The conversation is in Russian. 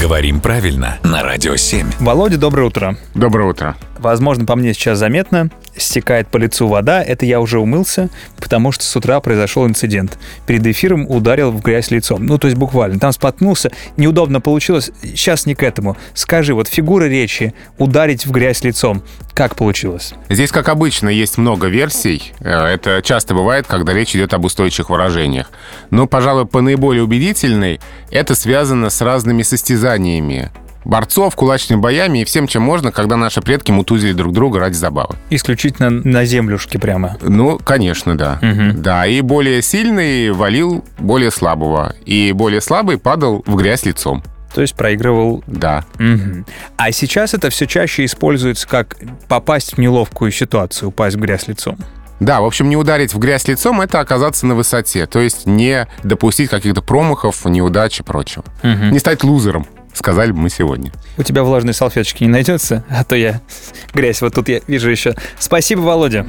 Говорим правильно на Радио 7. Володя, доброе утро. Доброе утро. Возможно, по мне сейчас заметно, стекает по лицу вода. Это я уже умылся, потому что с утра произошел инцидент. Перед эфиром ударил в грязь лицом. Ну, то есть буквально. Там споткнулся, неудобно получилось. Сейчас не к этому. Скажи, вот фигура речи «ударить в грязь лицом». Как получилось? Здесь, как обычно, есть много версий. Э, Это часто бывает, когда речь идет об устойчивых выражениях. Но, пожалуй, по наиболее убедительной это связано с разными состязаниями борцов, кулачными боями и всем, чем можно, когда наши предки мутузили друг друга ради забавы. Исключительно на землюшке прямо. Ну, конечно, да. Мгм. Да, и более сильный валил более слабого, и более слабый падал в грязь лицом. То есть проигрывал Да. Мгм. А сейчас это все чаще используется как попасть в неловкую ситуацию, упасть в грязь лицом. Да, в общем, не ударить в грязь лицом — это оказаться на высоте, то есть не допустить каких-то промахов, неудач и прочего. Не стать лузером, сказали бы мы сегодня. У тебя влажной салфеточки не найдется, а то я грязь вот тут я вижу еще. Спасибо, Володя.